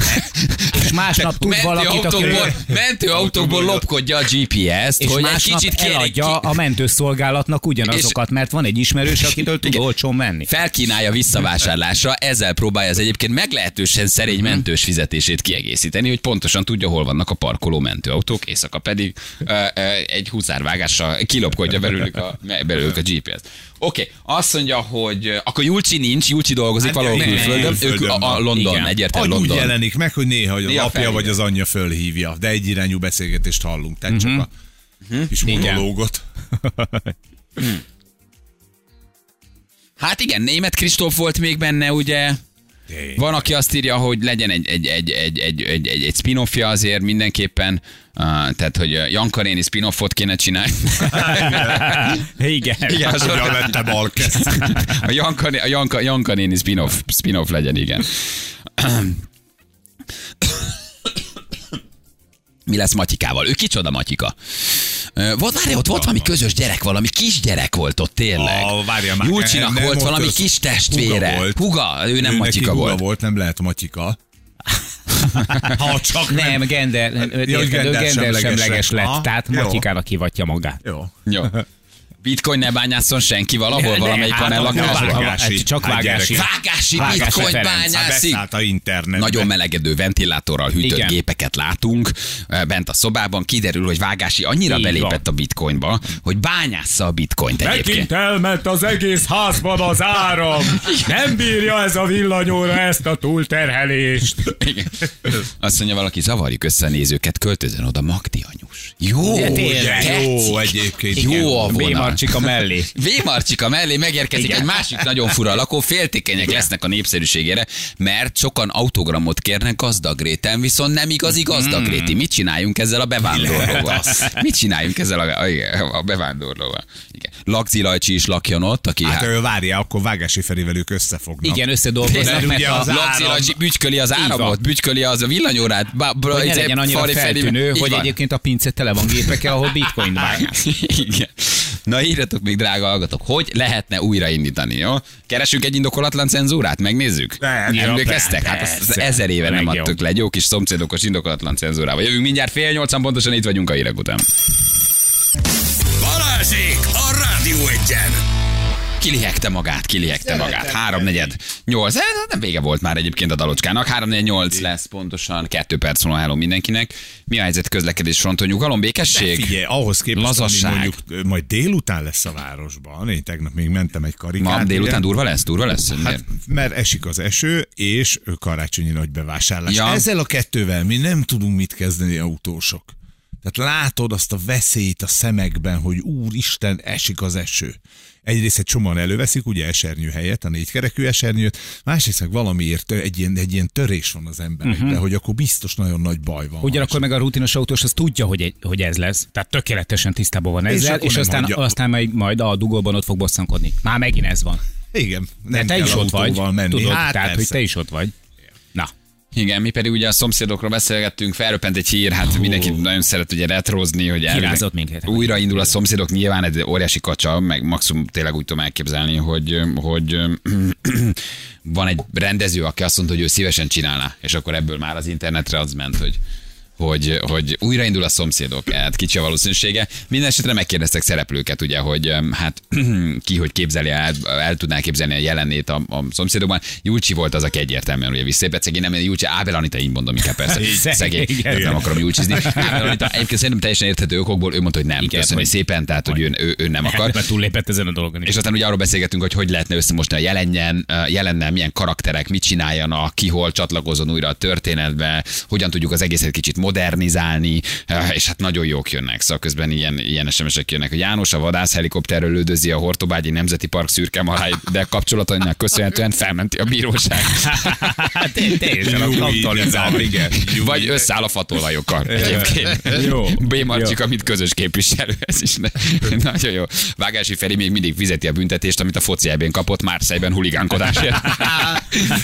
C: És másnap tud valakit, aki-
A: mentőautókból, mentőautókból lopkodja a GPS-t,
C: és
A: hogy egy
C: másnap
A: kicsit kérik
C: eladja
A: ki-
C: a mentőszolgálatnak ugyanazokat, mert van egy ismerős, akitől tud
A: Igen.
C: olcsón menni.
A: felkínálja visszavásárlásra, ezzel próbálja az egyébként meglehetősen
B: Mhm.
A: szerény mentős fizetését kiegészíteni, hogy pontosan tudja, hol vannak a parkoló mentőautók, éjszaka pedig ö, ö, egy húzárvágással kilopkodja belőlük a, belőlük a GPS-t. Oké, okay, azt mondja, hogy ö, akkor Julcsi nincs, Julcsi dolgozik
B: Hát,
A: valahol
B: nem,
A: külföldön, ők
B: külföldön
A: a, a
B: van.
A: London,
C: Igen.
A: egyértelmű
B: Hogy úgy
A: London.
B: jelenik meg, hogy néha hogy az
A: Néha
B: apja
A: felhívja.
B: vagy az anyja fölhívja, de egy irányú beszélgetést hallunk, tehát
A: Mhm.
B: csak a kis monológot.
A: Hát igen, német Kristóf volt még benne, ugye?
B: Tényleg.
A: Van, aki azt írja, hogy legyen egy, egy, egy, egy, egy, egy, egy, egy spin-offja azért mindenképpen, uh, tehát, hogy uh, Janka néni spin-offot kéne csinálni.
C: Igen.
A: Igen, az
B: Ugyan lettem alkesz.
A: a Janka, né- a Janka, Janka néni spin-off, spin-off legyen, igen. Mi lesz Matyikával? Ő kicsoda Matyika? Ö, Volt, várj, ott volt valami közös gyerek, valami kisgyerek volt ott tényleg.
B: Ó, várjál már.
A: Julcsinak
B: Nem
A: volt
B: volt
A: valami
B: az-
A: kis testvére.
B: Huga volt.
A: Huga, ő nem
B: neki
A: Matyika
B: Huga
A: volt.
B: volt, nem lehet Matyika. ha csak nem.
C: Nem, gender,
B: Ja, hogy
C: érted, ő
B: gender
C: gender semleges
B: semleges lett.
C: lett,
B: Aha,
C: tehát
B: jó.
C: Matyikának kivatja magát.
B: Jó.
A: Jó. Bitcoin ne bányászon senki valahol,
C: Ne,
A: valamelyik
C: hát,
A: panel
C: a
A: lakásban.
B: vágás.
C: vágási.
B: Vágási.
C: Csak
B: Hát,
C: vágási.
B: gyerekek.
A: Vágási
C: Vágási
A: bitcoin
C: Ferenc.
A: bányászik.
B: Beszállt a internet.
A: Nagyon melegedő ventilátorral hűtött
C: Igen.
A: gépeket látunk eh, bent a szobában. Kiderül, hogy Vágási annyira
C: Így
A: belépett a bitcoinba, hogy bányásza a bitcoint egyébként.
D: Elment az egész házban az áram. Nem bírja ez a villanyóra ezt a túlterhelést.
A: Igen. Azt mondja valaki, zavarjuk össze a nézőket, költözön oda Magdi anyus. Jó,
C: Ja, tényleg.
A: tetszik.
B: Jó egyébként.
A: Jó a
C: B.
A: vonal.
C: Marcsika mellé.
A: Vémarcsika mellé megérkezik Igen. egy másik nagyon fura lakó, féltékenyek Igen. lesznek a népszerűségére, mert sokan autogramot kérnek gazdagréten, viszont nem igazi gazdagréti. Mit csináljunk ezzel a bevándorlóval? Mit csináljunk ezzel a, a, igen, a bevándorlóval? Igen. Lakzi Lajcsi is lakjon ott, aki...
B: Hát
A: Hát,
B: ő várja, akkor Vágási Ferivel ők összefognak.
C: Igen,
B: Mert
C: összedolgoznak, mert
B: ugye
C: a
B: az
A: Lakzi
B: áram.
A: Lajcsi bütyköli az áramot,
C: van.
A: bütyköli az a villanyórát. Bá, bra,
C: hogy ne
A: izé,
C: legyen annyira
A: Fari Feri-
C: feltűnő,
A: Így
C: hogy
A: van.
C: egyébként a pince tele van gépekkel, ahol bitcoin vágás.
A: Igen. Na írjatok még, drága hallgatók, hogy lehetne újraindítani, jó? Keresünk egy indokolatlan cenzúrát, megnézzük?
B: Ne,
A: Nem
B: ja,
A: Emlékeztek? Hát azt
C: persze.
A: ezer éve nem
C: Legjobb.
A: adtuk le, egy jó kis szomszédokos indokolatlan cenzúrával. Jövünk mindjárt fél nyolcan, pontosan itt vagyunk a hírek után.
E: Balázsék a Rádió Egyen!
A: kilihegte magát, kilihegte magát. Háromnegyed, nyolc. Eh, Nem vége volt már egyébként a dalocskának. Háromnegyed, nyolc lesz pontosan. Kettő perc van hello mindenkinek. Mi a helyzet közlekedés fronton? Nyugalom, békesség?
B: Figyelj, ahhoz képest,
A: Lazasság.
B: Lazasság. mondjuk ö, majd délután lesz a városban, én tegnap még mentem egy karikát.
A: Ma
B: ugye?
A: délután durva lesz, durva lesz.
B: Hát, mert esik az eső, és ö, karácsonyi nagy bevásárlás.
A: Ja.
B: Ja. Ezzel a kettővel mi nem tudunk mit kezdeni autósok. Tehát látod azt a veszélyt a szemekben, hogy úristen, esik az eső. Egyrészt egy csomóan előveszik, ugye esernyő helyett, a négykerekű esernyőt, másrészt meg valamiért ö, egy ilyen, egy ilyen törés van az emberekben, uh-huh. hogy akkor biztos nagyon nagy baj van. ha
C: Mhm. Ugyanakkor meg a rutinos autós az tudja, hogy, egy, hogy ez lesz. Tehát tökéletesen tisztában van ezzel, és,
B: akkor
C: és
B: nem
C: aztán,
B: hagyja.
C: aztán majd, majd a dugóban ott fog bosszankodni. Már megint ez van.
B: Igen,
C: De
B: nem
C: Hát te
B: kell
C: is ott vagy.
B: autóval menni.
C: Tudod,
B: hát
C: tehát,
B: persze.
C: hogy te is ott vagy. Na,
A: Igen, mi pedig ugye a szomszédokról beszélgettünk, felröpent egy hír, hát mindenki nagyon szeret ugye retrozni, hogy elvileg
C: Kirázott minket.
A: Újraindul a szomszédok, nyilván egy óriási kacsa, meg maximum tényleg úgy tudom elképzelni, hogy, hogy van egy rendező, aki azt mondta, hogy ő szívesen csinálná, és akkor ebből már az internetre az ment, hogy hogy, hogy újraindul a szomszédok, hát kicsi a valószínűsége. Minden esetre megkérdeztek szereplőket, ugye, hogy öm, hát ki hogy képzeli el, el tudná képzelni a jelenét a, a szomszédokban. Júlcsi volt az, aki egyértelműen ugye visszépecegi, nem, én Júlcsi, Ábel Anita, így mondom inkább persze,
C: Igen,
A: szegény,
C: igen.
A: nem akarom júlcsizni. Ábel Anita, egyébként szerintem teljesen érthető okokból, ő mondta, hogy nem,
C: Igen,
A: köszönjük
C: hogy-
A: szépen, tehát, hogy ő, ő, ő nem akar.
C: hát, mert túllépett ezen a dolgon is.
A: És aztán ugye arról beszélgetünk, hogy hogy lehetne összemosni a jelenjen, ö, jelennel, milyen karakterek, mit csináljanak, ki hol csatlakozon újra a történetbe, hogyan tudjuk az egészet kicsit modernizálni, ö, és hát nagyon jók jönnek. Szóval közben ilyen, ilyen SMS-ek jönnek, hogy János a vadász helikopterről lődözi a Hortobágyi Nemzeti Park szürke maláj, de kapcsolatainak köszönhetően felmenti a bíróság.
C: Hát té- teljesen
B: Jó, így,
C: aktualizálva,
B: nem,
C: igen.
A: Vagy összeáll a fatolajokkal egyébként.
C: Jó.
A: B. Marcsika, mint közös képviselő. Ez is ne, nagyon jó. Vágási Feri még mindig fizeti a büntetést, amit a foci EB-n kapott Márszájban huligánkodásért.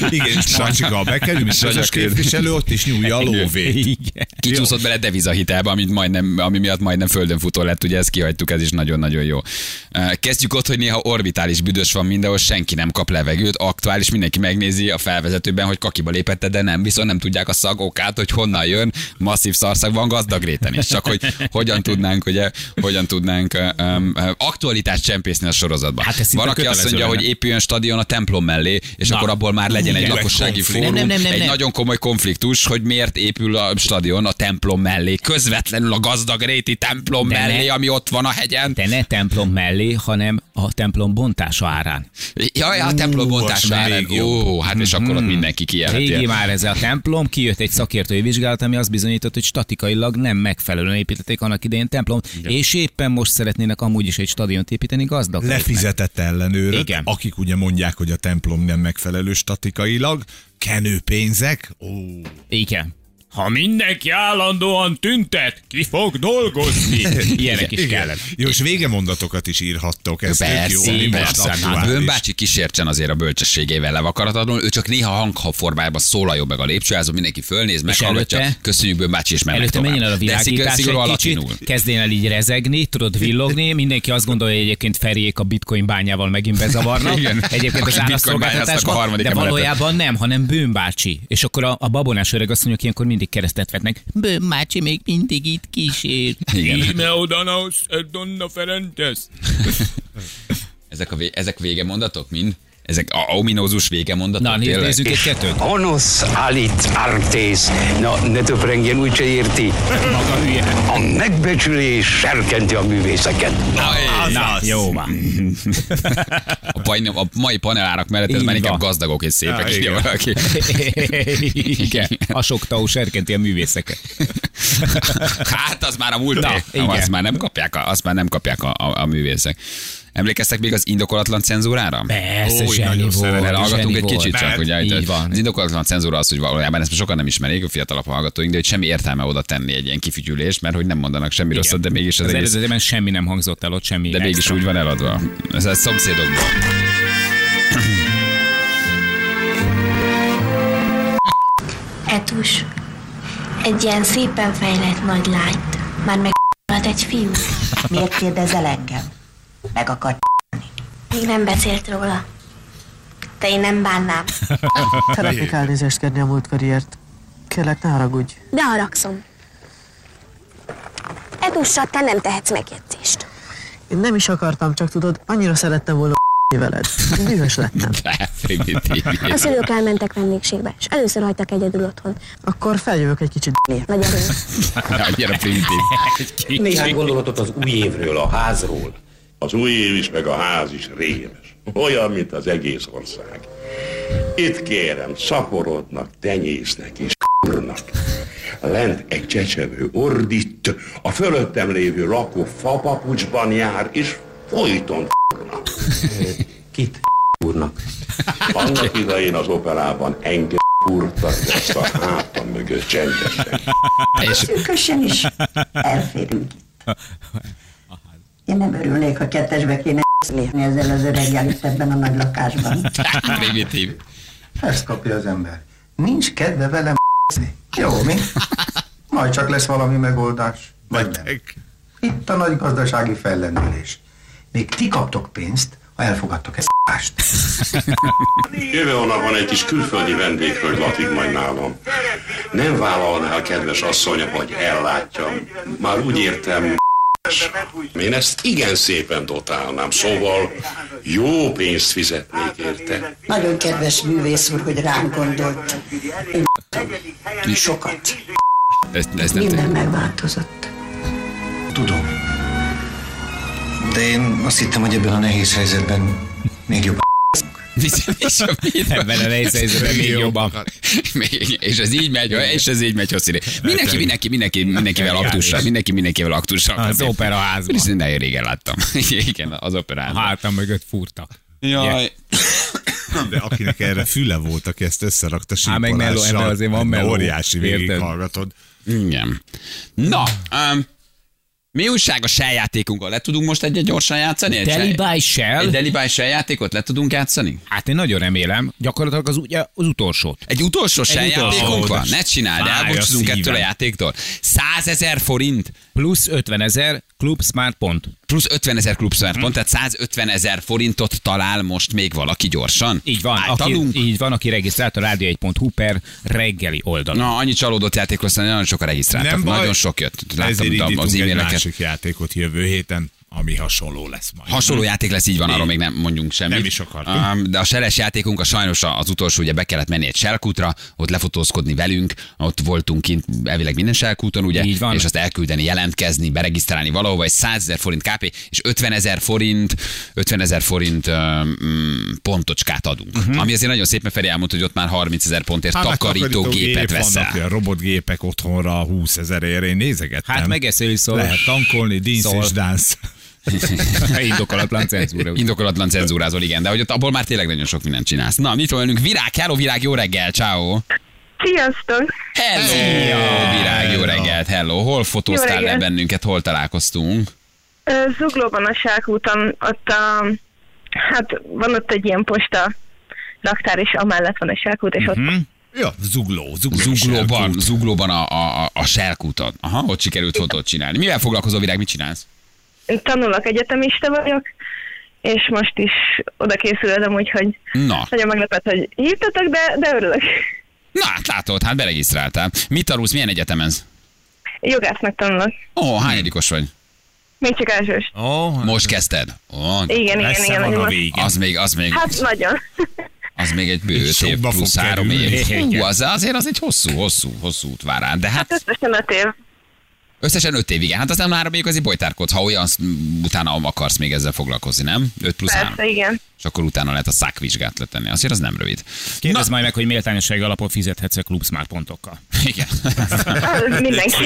B: Igen, és Marcsika a bekerül, és
A: Sanyak
B: közös képviselő, ott is nyúlja a lóvét.
C: Igen.
A: Kicsúszott bele deviza hitelbe, amit majdnem, ami miatt majdnem földön futó lett, ugye ezt kihagytuk, ez is nagyon-nagyon jó. Eh, Kezdjük ott, hogy néha orbitális büdös van mindenhol, senki nem kap levegőt, aktuális, mindenki megnézi a felvezetőben, hogy kakiba lépette, de nem, viszont nem tudják a szagokát, hogy honnan jön, masszív szarszag van gazdag réten is, csak hogy hogyan tudnánk, ugye, hogyan tudnánk eh, em, eh, aktualitást csempészni a sorozatban.
C: Hát ez szinte
A: van, aki azt
C: kötelező
A: mondja,
C: lenne.
A: hogy épüljön stadion a templom mellé, és
C: Na.
A: akkor abból már legyen egy
C: Igen.
A: lakossági
B: Konflikt.
A: fórum,
C: Nem, nem, nem,
A: egy
C: nem.
A: nagyon komoly konfliktus, hogy miért épül a stadion a templom mellé, közvetlenül a gazdag réti templom
C: De ne.
A: mellé, ami ott van a hegyen.
C: De ne templom mellé, hanem a templom bontása árán.
A: Jaj, a templom bontása
B: most
A: ellen.
B: még jobb.
A: Ó, hát és akkor ott mindenki
C: Hmm. Régi
A: kijelenti.
C: már ez a templom, kijött egy szakértői vizsgálat, ami azt bizonyított, hogy statikailag nem megfelelően építették annak idején templom, és éppen most szeretnének amúgy is egy stadiont építeni gazdag.
B: Lefizetett ellenőrök,
C: Igen.
B: Igen. akik ugye mondják, hogy a templom nem megfelelő statikailag, kenőpénzek, ó,
C: Igen.
D: Ha mindenki állandóan tüntet, ki fog dolgozni?
C: Ilyenek is
B: igen.
C: kellett.
B: Jó, és végemondatokat is írhattok, ez tök jó,
A: Persze,
B: ami most
A: persze. Hát
B: aktuális.
A: Bőn bácsi kísértsen azért a bölcsességével levakaratlanul, ő csak néha hangformában szólaljon meg a lépcsőházon, mindenki fölnéz, meghallgatja.
C: előtte?
A: Köszönjük Bőn bácsi, és mennek
C: Előtte
A: tovább.
C: menjen el a
A: De szik-
C: világítás egy
A: szigorúan latinul.
C: kicsit, kezdjen el így rezegni, tudod villogni, mindenki azt gondolja, hogy egyébként Feriék a bitcoin bányával megint bezavarnak.
A: Igen.
C: Egyébként
A: Akik
C: az
A: bitcoin bányásznak
C: állatszolgáltatásban,
A: a harmadik
C: de
A: emeleten.
C: valójában nem, hanem bőmbácsi. És akkor a, a babonás öregasszonyok ilyenkor mindig keresztet vetnek. Bőmbácsi még mindig itt kísér.
A: Igen.
D: Íme oda, naus,
A: eh,
D: Donna Ferences.
A: Ezek, a vé- ezek végemondatok mind? Ezek a ominózus végemondatok?
C: Na, nézd,
A: tényleg?
C: nézzük egy kettőt.
E: Onus alit artes. Na, ne töprengjen, úgyse érti.
C: Maga hülye.
E: A megbecsülés serkenti a művészeket.
A: Na,
B: Az
C: Na,
B: az.
C: jó van.
A: A, pan, a mai panelárak mellett ez
C: Így
A: már inkább
C: van.
A: gazdagok és szépek
B: Ja,
A: is,
B: igen.
A: valaki.
C: Igen. A sok tau serkenti a művészeket.
A: Hát az már a múlt.
C: Na, igen.
A: Azt már nem kapják, a, azt már nem kapják a, a, a művészek. Emlékeztek még az indokolatlan cenzúrára?
C: Persze,
B: Ó,
C: zseni
B: nagyon
C: volt.
B: szeretem.
C: zseni
A: Elhallgatunk egy
C: volt.
A: kicsit csak,
B: Mert
A: hogy
C: így
A: eljutott.
C: van.
A: Az indokolatlan cenzúra az, hogy valójában ezt sokan nem ismerik, a fiatalabb hallgatóink, de hogy semmi értelme oda tenni egy ilyen kifütyülést, mert hogy nem mondanak semmi Igen. rosszat, de mégis az,
C: Az
A: az egész,
C: eredetben semmi nem hangzott el ott, semmi
A: de mégis
C: extra.
A: úgy van eladva. Ez a szomszédokból.
F: Etus. Egy ilyen szépen fejlett nagy lányt. Már meg egy fiú.
G: Miért kérdezel engem? Meg akart
F: Még nem beszélt róla. De én nem bánnám.
H: Szeretnék elnézést kérni a múltkoriért. Kérlek, ne haragudj.
F: De haragszom. Edussal te nem tehetsz megjegyzést.
H: Én nem is akartam, csak tudod, annyira szerettem volna veled. Dühös lettem.
A: Primitív.
I: A szülők elmentek vendégségbe, és először hagytak egyedül otthon.
H: Akkor feljövök egy kicsit.
I: Nagy erő.
A: Annyira primitív.
E: Néhány gondolatot az új évről, a házról.
J: Az új év is, meg a ház is rémes. Olyan, mint az egész ország. Itt kérem, szaporodnak, tenyésznek és kurnak. Lent egy csecsevő ordít, a fölöttem lévő lakó fapapucsban jár, és folyton kurnak.
E: Kit úrnak?
J: Annak idején az operában engem kurtak, de ezt a hátam mögött csendesek.
A: És
G: Szűkösen is elférünk. Én nem örülnék, ha kettesbe kéne ezzel az öreggel itt ebben a nagy lakásban.
A: primitív.
K: Ezt kapja az ember. Nincs kedve velem Jó, mi? Majd csak lesz valami megoldás. Vagy nem. Itt a nagy gazdasági fellendülés. Még ti kaptok pénzt, ha elfogadtok ezt a
J: Jövő hónapban egy kis külföldi vendéghölgy lakik majd nálam. Nem vállalnál, kedves asszonya, hogy ellátjam. Már úgy értem, én ezt igen szépen dotálnám, szóval jó pénzt fizetnék érte.
K: Hát,
G: Nagyon kedves művész úr, hogy rám gondolt. Én sokat.
A: Ez, ez nem
G: Minden
A: tényleg.
G: megváltozott.
K: Tudom. De én azt hittem, hogy ebben a nehéz helyzetben még jobb
C: Ebben a nehéz helyzetben még jobban.
A: Még- és ez így megy, és ez így megy hosszú idő. Mindenki, mindenki, mindenki, mindenkivel aktussal, mindenki, mindenkivel aktussal.
C: Az operaházban.
A: Ezt nagyon régen láttam. Igen, az operában.
C: Hátam mögött fúrtak.
A: Jaj.
B: De akinek erre füle volt, aki ezt összerakta
C: Á, meg melló,
B: sípolással,
C: ebben azért van melló.
B: Óriási
C: Érted?
B: végighallgatod.
A: Igen. Na, um, mi újság a sejjátékunkkal? Le tudunk most egyet gyorsan játszani? Egy
C: Deli
A: sej-
C: by
A: Egy
C: Shell?
A: Delibáj sejjátékot le tudunk játszani?
C: Hát én nagyon remélem, gyakorlatilag az, ugye, az utolsót.
A: Egy utolsó sejjátékunk
C: utolsó.
A: van? Ne csináld,
C: Fáj a
A: elbúcsúzunk
C: szívem.
A: ettől a játéktól. 100 ezer forint,
C: Plusz 50 ezer Club Smart pont.
A: plusz 50 ezer klubszert
B: Mhm.
A: pont, tehát 150 ezer forintot talál most még valaki gyorsan.
C: Így van,
A: Hát
C: aki,
A: Általunk.
C: így van, aki regisztrált a rádió1.hu per reggeli oldalon.
A: Na, annyi csalódott játékos, hogy nagyon sokan regisztráltak.
B: Nem baj.
A: nagyon sok jött. Láttam
B: Ezért
A: itt a- az
B: indítunk egy
A: e-maileket.
B: másik játékot jövő héten, ami hasonló lesz majd.
A: Hasonló játék lesz, így van, arról még nem mondjunk semmit.
B: Hm. Nem is akartunk.
A: Um, De a seles játékunk, a sajnos az utolsó, ugye be kellett menni egy selkútra, ott lefotózkodni velünk, ott voltunk kint elvileg minden selkúton, ugye?
C: Így van.
A: És azt elküldeni, jelentkezni, beregisztrálni valahova, egy 100 ezer forint KP, és 50 ezer forint, 50 ezer forint um, pontocskát adunk. Uh-huh. Ami azért nagyon szép, mert Feri elmondta, hogy ott már 30 ezer pontért
B: Mhm. Hát,
A: takarítógépet
B: takarítógép, Vannak
A: veszel.
B: ilyen robotgépek otthonra a 20 ezer én nézegettem.
C: Hát megeszél, szól.
B: Lehet tankolni, dinsz
C: Szól.
B: és dánsz.
C: Indokolatlan cenzúra. ugye.
A: Indokolatlan cenzúrázol, igen, de hogy ott abból már tényleg nagyon sok mindent csinálsz. Na, mit van velünk? Virág, hello virág, jó reggel, ciao.
I: Sziasztok!
A: Hello! Hello! Virág, jó reggelt, hello! Hol fotóztál
I: Jó
A: le
I: reggelt.
A: bennünket, hol találkoztunk?
I: Ö, Zuglóban a sárkúton, ott a, hát van ott egy ilyen posta raktár, és amellett van a sárkút, és ott
B: Ja, zugló, zugló.
A: Zuglóban, Zuglóban a, a, a, a Selkúton. Aha, ott sikerült fotót csinálni. Mivel foglalkozol, Virág, mit csinálsz?
I: én tanulok, egyetemista vagyok, és most is oda készülöm, úgyhogy
A: Na,
I: nagyon meglepett, hogy hívtatok, de, de örülök.
A: na hát látod, hát beregisztráltál. Mit tanulsz, milyen egyetemen?
I: Jogásznak tanulok.
A: Ó, oh, hányadikos vagy?
I: Még csak elsős.
B: Oh,
A: Most kezdted? Ó, oh,
I: Igen, igen,
B: messze
I: igen.
B: van a
I: igen.
B: vége.
A: az még, az még,
I: Hát nagyon.
A: az még egy bő öt év,
B: sokba fog
A: plusz három
B: kerülni.
A: év. Hú, az, azért az egy hosszú, hosszú, hosszú út vár rád. De hát
I: Összesen öt év.
A: Összesen 5 évig. Hát aztán már még azért bolytárkodsz, ha olyan sz- utána akarsz még ezzel foglalkozni, nem? 5 plusz 3.
I: Persze, igen.
A: És akkor utána lehet a szakvizsgát letenni. Azért az nem rövid.
C: Kérdezd majd meg, hogy méltányosság alapon fizethetsz a Club Smart pontokkal.
A: Igen.
I: Az mindenki.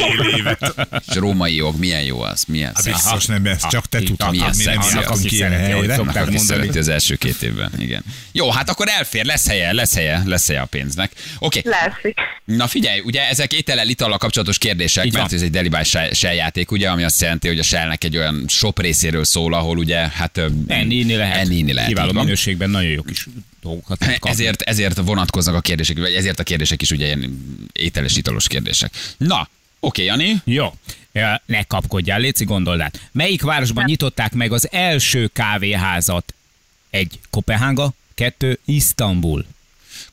A: És római jog, milyen jó az, milyen
B: Hát
A: szép.
B: biztos nem ez, csak te tudtad,
A: milyen
B: mi nem
A: szex.
B: jártunk
A: Aki
B: ilyen
C: szereti,
B: helyre.
C: hogy szokták
A: Annak, aki
C: mondani.
A: szereti az első két évben. Igen. Jó, hát akkor elfér, lesz helye, lesz helye, lesz helye a pénznek. Oké, okay.
I: Látszik.
A: Na figyelj, ugye ezek étellel, itallal kapcsolatos kérdések,
C: Így
A: Így
C: van.
A: mert ez egy delibás sell sell játék, ugye, ami azt jelenti, hogy a sellnek egy olyan shop részéről szól, ahol ugye, hát... ö,
C: Enni, inni lehet.
A: Enni, inni lehet.
C: Kiváló
A: így van.
C: minőségben nagyon jó kis dolgokat lehet kapni.
A: Ezért, ezért vonatkoznak a kérdések, vagy ezért a kérdések is ugye ilyen ételes, italos kérdések. Na, oké, Jani.
C: Jó. Ja, Ne kapkodjál, Léci, gondold át. Melyik városban nyitották meg az első kávéházat? Egy Kopenhága, kettő Isztambul.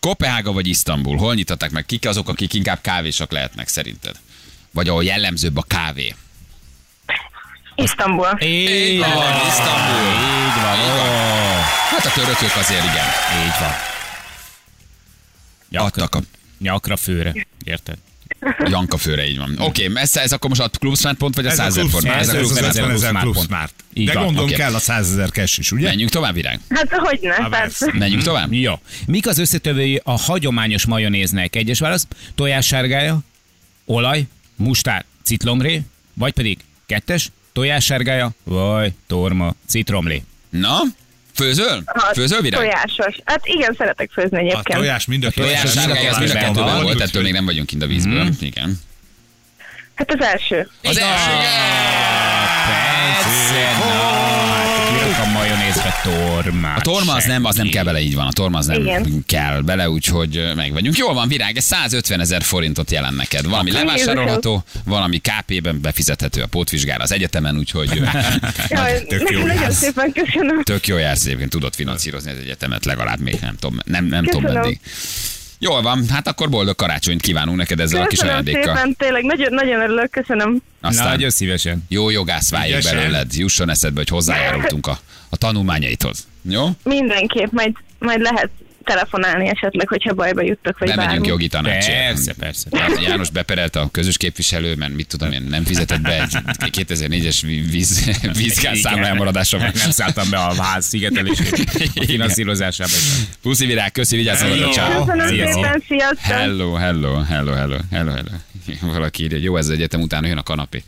A: Kopenhága vagy Isztambul? Hol nyitották meg? Kik azok, akik inkább kávésak lehetnek szerinted? Vagy ahol jellemzőbb a kávé?
I: Isztambul.
A: Így van, Isztambul. Ah, Így van. Így van. Hát a törökök azért igen.
C: Így van.
A: Nyakra, Adtak a
C: nyakra főre. Érted?
A: Janka főre, így van. Oké, okay, ez, ez akkor most a klubszmárt pont, vagy a
B: Ez a
A: 100 ezer
B: Club
A: pont?
B: Smart,
A: Ez a
B: ez
A: klubszmárt
B: az 50 ezer
A: pont.
B: Club
A: pont.
B: Smart.
A: Így
B: De
A: van,
B: gondolom
A: oké.
B: kell a 100 ezer cash is, ugye?
A: Menjünk tovább, virág.
I: Hát hogy ne, persze.
A: Menjünk tovább.
C: Jó. Mik az összetevői a hagyományos majonéznek? Egyes válasz, tojássárgája, olaj, mustár, citromlé, vagy pedig kettes, tojássárgája, vagy torma, citromlé.
A: Na, főzöl? Főzöl, virág?
I: Tojásos. Hát igen, szeretek főzni egyébként.
B: mind a
A: Tojás,
B: az
A: sárga, ez mind a
B: találmány
A: kettőben
B: van.
A: volt, ettől még nem vagyunk kint a vízből. Igen.
I: Hát az első.
A: Az első.
C: Persze, na, hát kirak a majonézbe tormát.
A: A torma az nem, az nem kell bele, így van. A torma az nem
I: Igen.
A: kell bele, úgyhogy ö, meg vagyunk. Jól van, virág, ez 150 ezer forintot jelent neked. Valami
I: Akkor
A: levásárolható, valami KP-ben befizethető a pótvizsgára az egyetemen, úgyhogy ö,
I: Jaj,
B: Tök jó
I: nagyon
B: jársz.
I: szépen köszönöm.
A: tök jó jársz egyébként, tudod finanszírozni az egyetemet, legalább még nem tudom, nem, nem tudom
I: Köszönöm.
A: meddig. Jól van, hát akkor boldog karácsonyt kívánunk neked ezzel a kis
I: Köszönöm
A: ajándékkal.
I: szépen, tényleg nagyon, nagyon örülök, köszönöm.
A: Aztán
C: Nagyon szívesen.
A: jó jogász váljék
B: Ügyesen.
A: belőled, jusson eszedbe, hogy hozzájárultunk a, a tanulmányaidhoz. Jó?
I: Mindenképp, majd, majd lehet telefonálni esetleg, hogyha bajba juttok, vagy
A: Bemegyünk
I: bármi.
A: jogi tanácsért.
C: Persze, persze.
A: Ján- János beperelt a közös képviselő, mert mit tudom én, nem fizetett be egy 2004-es víz, vízgáz számlájamaradásra van.
C: Nem szálltam be a ház szigetelését, a finanszírozásába.
A: Puszi virág, köszi, vigyázz magadra, ciao.
I: Köszönöm
C: Szia.
I: szépen, sziasztok!
A: Hello, hello, hello, hello, hello, hello. Valaki írja, hogy jó, ez az egyetem utána jön a kanapé.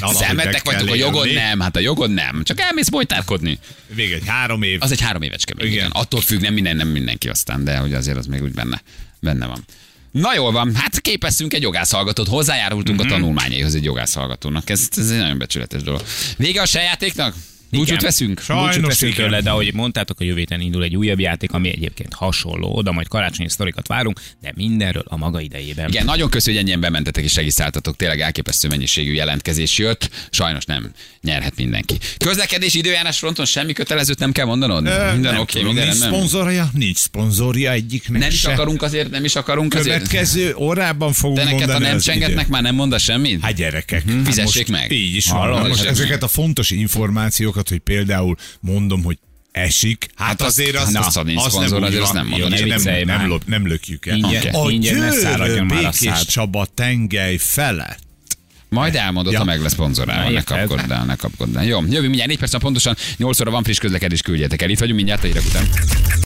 B: Na,
A: Szemetek vagytok,
B: hogy meg
A: a
B: kell
A: jogon
B: élni.
A: nem, hát a jogon nem. Csak elmész bolytárkodni.
B: Még egy három év.
A: Az egy három évecske még.
B: Igen.
A: Igen. Attól függ, nem minden, nem mindenki aztán, de hogy azért az még úgy benne, benne van. Na jól van, hát képeztünk egy jogász hallgatót, hozzájárultunk
B: Mhm.
A: mm-hmm. a tanulmányaihoz egy jogász hallgatónak. Ez, ez egy nagyon becsületes dolog. Vége a sejátéknak? Búcsút veszünk?
C: Búcsút
B: Sajnos
C: veszünk
B: igen.
C: tőle, de ahogy mondtátok, a jövő héten indul egy újabb játék, ami egyébként hasonló. Oda majd karácsonyi sztorikat várunk, de mindenről a maga idejében.
A: Igen, nagyon köszönjük, hogy ennyien bementetek és regisztráltatok. Tényleg elképesztő mennyiségű jelentkezés jött. Sajnos nem nyerhet mindenki. Közlekedés időjárás fronton semmi kötelezőt nem kell mondanod?
B: Ö,
A: minden
B: nem
A: oké,
B: tudom,
A: minden
B: nincs
A: nem.
B: szponzorja, nincs szponzorja egyiknek
A: Nem is
B: se.
A: akarunk azért, nem is akarunk azért.
B: Következő órában fogunk
A: De neked, ha
B: mondani
A: nem
B: az
A: csengetnek,
B: időt.
A: már nem mondasz semmit?
B: Hát gyerekek. Hát
A: Fizessék
B: most
A: meg.
B: Így is
A: Hallod?
B: van. Most
A: Fizessék
B: ezeket
A: meg.
B: a fontos információkat, hogy például mondom, hogy esik,
A: Hát
B: hát, hát
A: azt-
B: azért azt,
A: na,
B: az,
A: szóval nincs
B: az nem
A: szponzor,
B: úgy
A: azért azt
B: van.
A: nem mondod.
B: Jaj,
A: Ne
B: nem,
C: viccelj
B: nem,
C: már.
B: lop- nem lökjük el.
C: Ingyen-
B: A
C: ingyen ne száradjon
B: győr,
C: már a szád.
B: Békés Csaba tengely felett.
A: Majd elmondod,
B: Ja.
A: ha meg lesz szponzorálva.
C: Na,
A: Ne
C: érted.
A: kapkodd el, ne kapkodd el. Jó, jövő mindjárt négy perc, pontosan 8 óra van friss közlekedés, küldjetek el. Itt vagyunk mindjárt a hírek után.